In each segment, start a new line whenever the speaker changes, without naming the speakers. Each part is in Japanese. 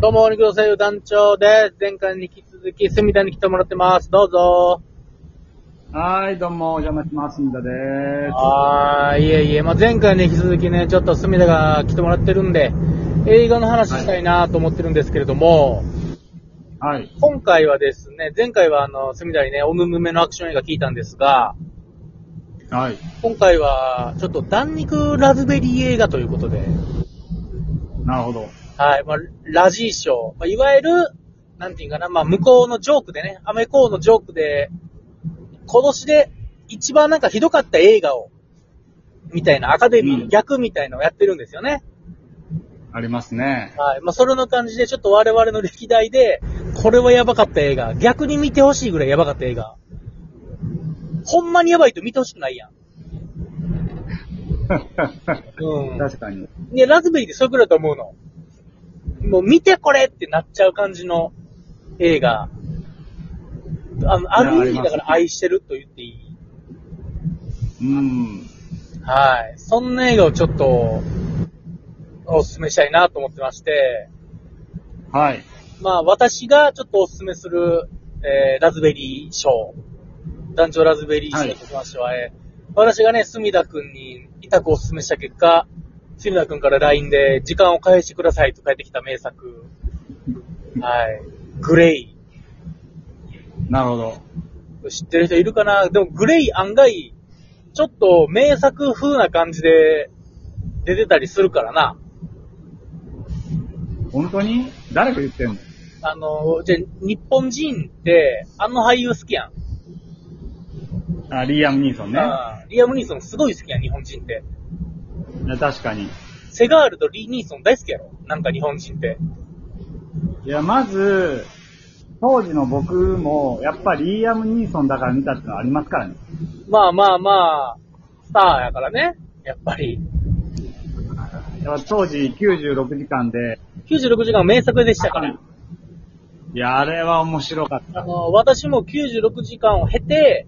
どうも、お肉の声優団長です。前回に引き続き、隅田に来てもらってます。どうぞ。
はい、どうも、お邪魔します、んだでーす。
あー、いえいえ、まあ、前回に引き続きね、ちょっと隅田が来てもらってるんで、映画の話したいなと思ってるんですけれども、
はい。
今回はですね、前回はあの、隅田にね、おぬぬめのアクション映画聞いたんですが、
はい。
今回は、ちょっと、弾肉ラズベリー映画ということで、
なるほど。
はい、まあ、ラジーショー、まあ、いわゆる、なんていうかな、まあ、向こうのジョークでね、アメコーのジョークで、今年で一番なんかひどかった映画を、みたいな、アカデミー
う
の
ん
逆みたいなのをやってるんですよね。
ありますね。
はい。まあ、それの感じで、ちょっと我々の歴代で、これはやばかった映画、逆に見てほしいぐらいやばかった映画。ほんまにやばいと見てほしくないやん。うん。
確かに。
ね、ラズベリーってそういうことだと思うの。もう見てこれってなっちゃう感じの映画。あの、ある意味だから愛してると言っていい。
うん。
はい。そんな映画をちょっと、おすすめしたいなと思ってまして、
はい。
まあ私がちょっとおすすめする、えー、ラズベリー賞。団長ラズベリー賞としましては、えー私がね、隅田くんに委託をおすすめした結果、隅田くんから LINE で時間を返してくださいと返ってきた名作。はい。グレイ。
なるほど。
知ってる人いるかなでもグレイ案外、ちょっと名作風な感じで出てたりするからな。
本当に誰が言ってんの
あの、じゃあ、日本人って、あの俳優好きやん。
あ、リアム・ニーソンね。
うんリアム・ニーソンすごい好きやん、日本人って。
いや確かに。
セガールとリー・ニーソン大好きやろなんか日本人って。
いや、まず、当時の僕も、やっぱりリアム・ニーソンだから見たってのはありますからね。
まあまあまあ、スターやからね。やっぱり。
やっぱ当時96時間で、
96時間は名作でしたから。
いや、あれは面白かっ
あの、私も96時間を経て、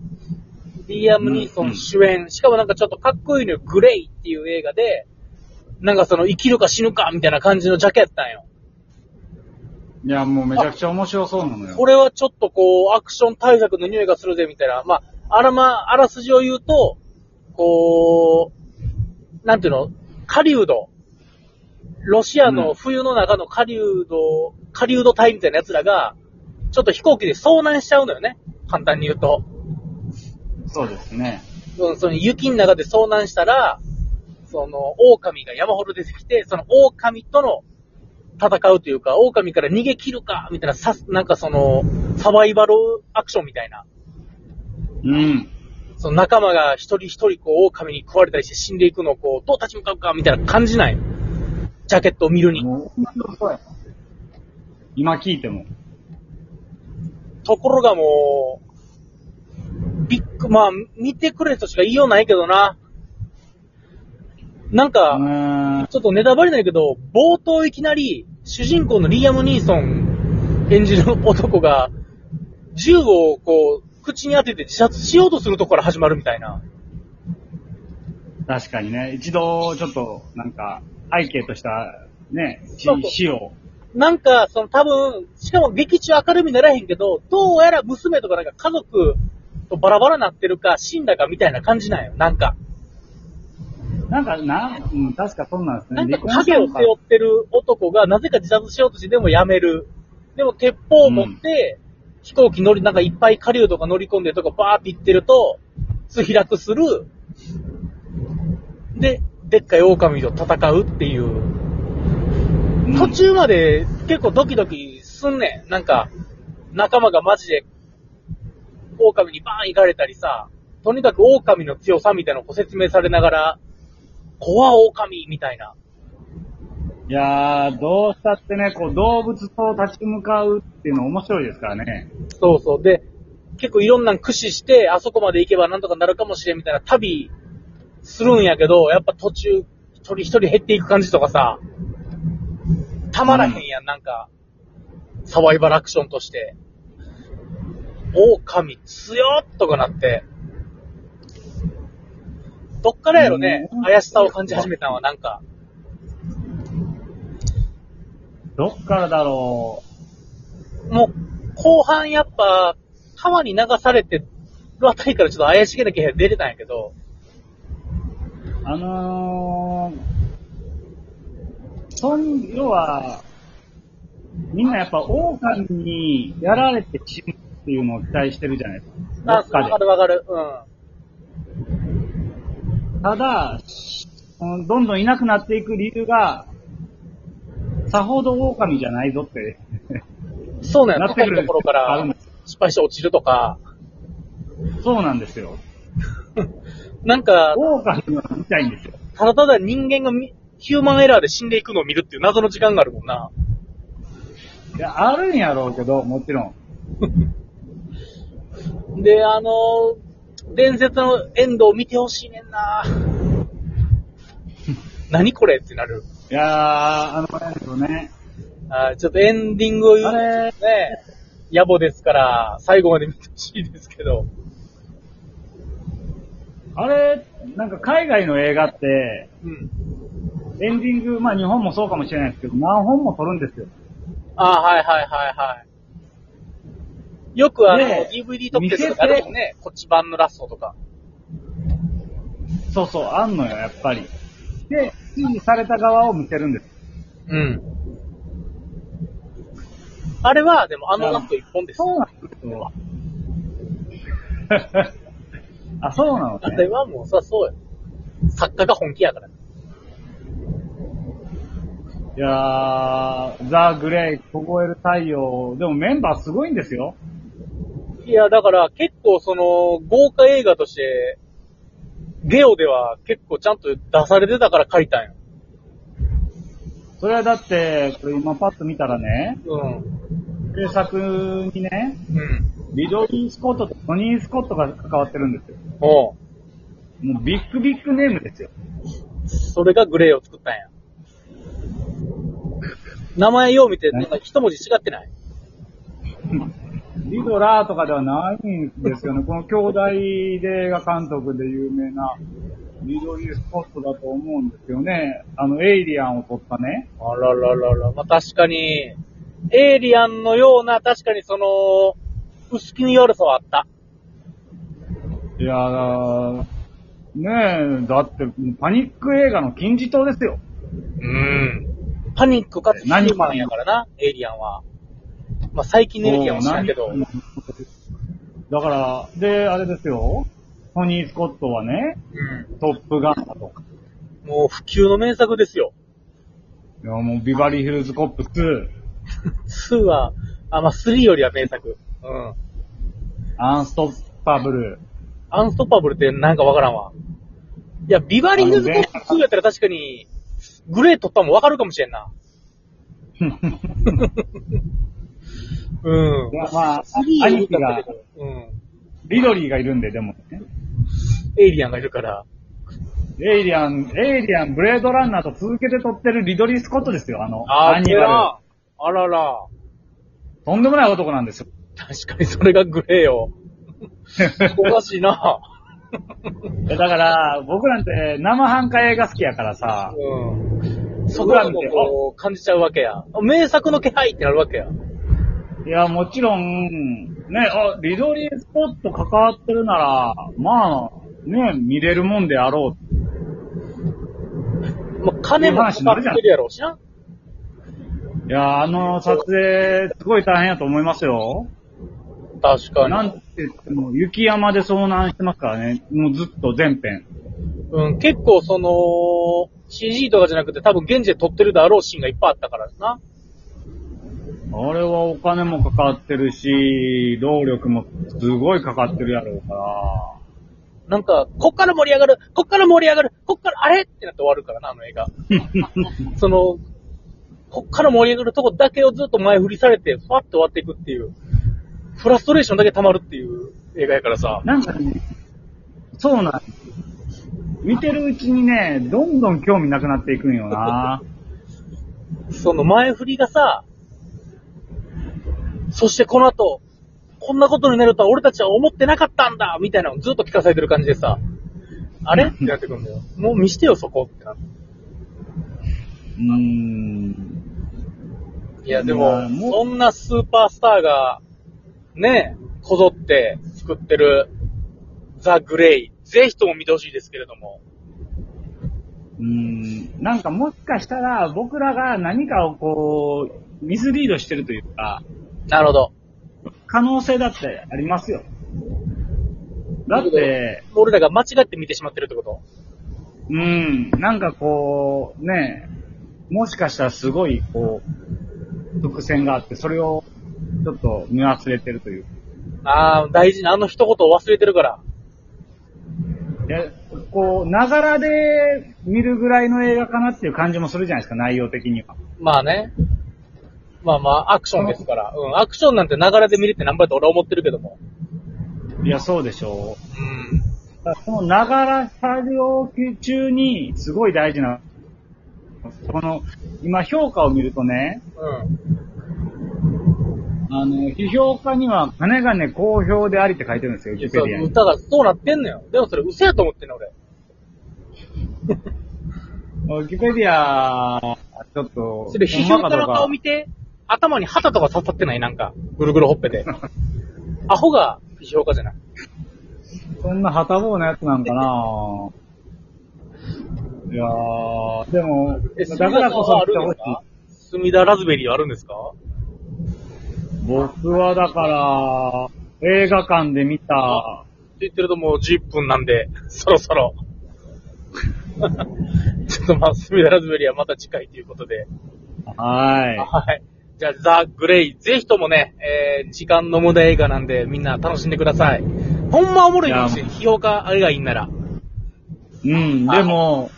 リアム・ニーソン主演、しかもなんかちょっとかっこいいのよ、グレイっていう映画で、なんかその生きるか死ぬかみたいな感じのジャケやったんよ。
た。いや、もうめちゃくちゃ面白そうなのよ
こ。れはちょっとこう、アクション対策の匂いがするぜ、みたいな。まあ、あらま、あらすじを言うと、こう、なんていうの、狩人。ロシアの冬の中の狩人、狩人隊みたいな奴らが、ちょっと飛行機で遭難しちゃうのよね。簡単に言うと。
そうですね。
うんその雪の中で遭難したら、その、狼が山ほど出てきて、その狼との戦うというか、狼から逃げ切るか、みたいな、さ、なんかその、サバイバルアクションみたいな。
うん。
その仲間が一人一人こう、狼に食われたりして死んでいくのをこう、どう立ち向かうか、みたいな感じないジャケットを見るに。
もう面白そうや今聞いても。
ところがもう、ビッグ、まあ、見てくれとしか言いようないけどな。なん
う
か、
ーん。
ちょっとネタバレないけど、冒頭いきなり、主人公のリアム・ニーソン演じる男が、銃をこう、口に当てて自殺しようとするとこから始まるみたいな。
確かにね。一度、ちょっと、なんか、背景とした、ね、し
そうそう
死を。
なんか、その多分、しかも劇中明るみにならへんけど、どうやら娘とかなんか家族とバラバラになってるか、死んだかみたいな感じなんよ、なんか。
なんか、な、うん、確かそうなんです
な
ね。
んか
離婚し
影
た
を
の
背負ってる男が、なぜか自殺しようとしてでもやめる。でも鉄砲を持って、飛行機乗り、なんかいっぱい狩人とか乗り込んでるとかバーって行ってると、つ飛落する。で、でっかい狼と戦うっていう。
うん
途中まで結構ドキドキすんねん。なんか、仲間がマジで、狼にバーン行かれたりさ、とにかく狼の強さみたいなのをこう説明されながら、怖狼みたいな。
いやー、どうしたってね、こう、動物と立ち向かうっていうの面白いですからね。
そうそう。で、結構いろんなん駆使して、あそこまで行けばなんとかなるかもしれんみたいな旅するんやけど、やっぱ途中、一人一人減っていく感じとかさ、たまらへんやん、なんか、サバイバルアクションとして。狼強っとかなって。どっからやろね
う、ん
怪しさを感じ始めたのはなんか。
どっからだろ
もう、後半やっぱ、川に流されてるあたりからちょっと怪しげな気配出てたんやけど、
う。あのー、そん、要は、みんなやっぱ狼にやられて死ぬっていうのを期待してるじゃないですか。ど
あ
っか
わ
で
かるわかる。うん。
ただ、うんどんどんいなくなっていく理由が、さほど狼じゃないぞって。
そうなんや、
なって
高
く
い
る
ところか
あるん
ら
です
失敗して落ちるとか、
そうなんですよ。
なんか、
狼は見たいんですよ。
ただただ人間がみヒューマンエラーで死んでいくのを見るっていう謎の時間があるもんな。
いや、あるんやろうけど、もちろん。
で、あのー伝説のエンドを見てほしいねん な何これってなる。
いやー、あの、えっとね、
あーちょっとエンディング、
あれ
ね、野暮ですから、最後まで見てほしいですけど。
あれ、なんか海外の映画って、
うん。
エンディング、まあ日本もそうかもしれないですけど、何本も撮るんですよ。
あーはいはいはいはい。よくあの、
ねえ
DVD 特典とかあるもんね。こっち版のラストとか。
そうそう、あんのよ、やっぱり。で、指示された側を見せるんです。
うん。あれは、でもあのラスト一本ですよ。
そうなんですよ。あ、そうなの
あ
ね
れ。はもう、そりゃそうよ。作家が本気やから。
いやー、ザ・グレイ、凍える太陽、でもメンバーすごいんですよ。
いや、だから結構その、豪華映画として、ゲオでは結構ちゃんと出されてたから書いたんよ。
それはだって、これ今パッと見たらね、
うん。
制作にね、
うん。
リドリー・スコットとトニー・スコットが関わってるんですよ。
おう
もうビッグビッグネームですよ。
それがグレーを作ったんや。名前よう見て、なんか一文字違ってない
リドラーとかではないんですよね。この兄弟で映画監督で有名なリドリー・スコットだと思うんですよね。あの、エイリアンを撮ったね。
あらららら、まあ、確かに、エイリアンのような、確かにその、薄気味悪さはあった。
いやー、ねえ、だって、パニック映画の金字塔ですよ。
うん。パニックかつヒューマンやからな、エイリアンは。まあ、最近のエイリアンは知らんけど。
もう何だから、で、あれですよ。トニー・スコットはね、
う
トップガンだとか。
ん。もう普及の名作ですよ。
いや、もうビバリーヒルズ・コップ2、
2は、あ、まあ、3よりは名作。うん。
アンストッパブル。
アンストッパブルってなんかわからんわ。いや、ビバリーヒルズコップ2やったら確かに、グレー取ったもわかるかもしれんな。うん
い。や、まあ、
3
兄貴が、
うん。
リドリーがいるんで、でもね。
エイリアンがいるから。
エイリアン、エイリアン、ブレードランナーと続けて撮ってるリドリー・スコットですよ、あの、
あ
ア
ー
ニバ
ら。あらら。
ル。とんでもない男なんですよ。
確かにそれがグレーよ。おかしいな。
えだから、僕なんて生半可映画好きやからさ、
うん。そこらもこう感じちゃうわけや。名作の気配ってなるわけや。
いや、もちろん、ね、あ、リドリー・スコット関わってるなら、まあ、ね、見れるもんであろう。
まあ、金もかかってるやろうしな。
いや、あの撮影、すごい大変やと思いますよ。
確か
な
に。
んて言っても、雪山で遭難してますからね、もうずっと全編。
うん、結構その、CG とかじゃなくて多分現地で撮ってるだろうシーンがいっぱいあったからな。
あれはお金もかかってるし、労力もすごいかかってるやろうから。
なんか、こっから盛り上がる、こっから盛り上がる、こっから、あれってなって終わるからな、あの映画。その、こっから盛り上がるとこだけをずっと前振りされて、ファッと終わっていくっていう、フラストレーションだけ溜まるっていう映画やからさ。
なんかね、そうなんです見てるうちにね、どんどん興味なくなっていくんよな。
その前振りがさ、そしてこの後、こんなことになるとは俺たちは思ってなかったんだみたいなのをずっと聞かされてる感じでさ、あれってなってくるんだよ。もう見してよ、そこってなって。
うーん。
いや、で
ま
も
あ、もう
そんなスーパースターが、ね、こぞって作ってるザ・グレイ、ぜひとも見てほしいですけれども。
うん、なんかもしかしたら僕らが何かをこう、ミスリードしてるというか、
なるほど。
可能性だってありますよ。だって、、
俺らが間違って見てしまってるってこと
うん、なんかこう、ねえ、もしかしたらすごい、こう、伏線があって、それをちょっと見忘れてるという。
ああ、大事なあの一言を忘れてるから。
いやこう、ながらで見るぐらいの映画かなっていう感じもするじゃないですか、内容的には。
まあね。まあまあ、アクションですから。うん、アクションなんて流れで見るって何倍と俺は思ってるけども。
いや、そうでしょ
う
う。
ん。
だからそのながら作業中に、すごい大事な、この、今評価を見るとね、
うん。
あの、批評家には、金がね、好評でありって書いてるんですよ、ウィキペディア
そう、
に。
ただ、そうなってんのよ。でもそれ嘘やと思ってんの、俺。
ウィキペディア、ちょっと、
それ、批評家の顔見て、頭に旗とか刺さってないなんか、ぐるぐるほっぺで。アホが批評家じゃない。
そんな旗棒なやつなんか なぁ。いやー、でも、だからこそ見てほしい。
隅田ラズベリーはあるんですか
僕はだから、映画館で見た、
って言ってるともう10分なんで、そろそ ろ。ちょっとまあ、隅田ラズベリーはまた次回ということで。
は
はい。じゃあ、ザ・グレイ、ぜひともね、えー、時間の無駄映画なんで、みんな楽しんでください。ほんまおもろいかもしれん。
い
批評家映画いいんなら。
い。うん、でも、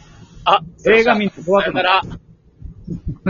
あ、
映画見て怖くな
さよなら。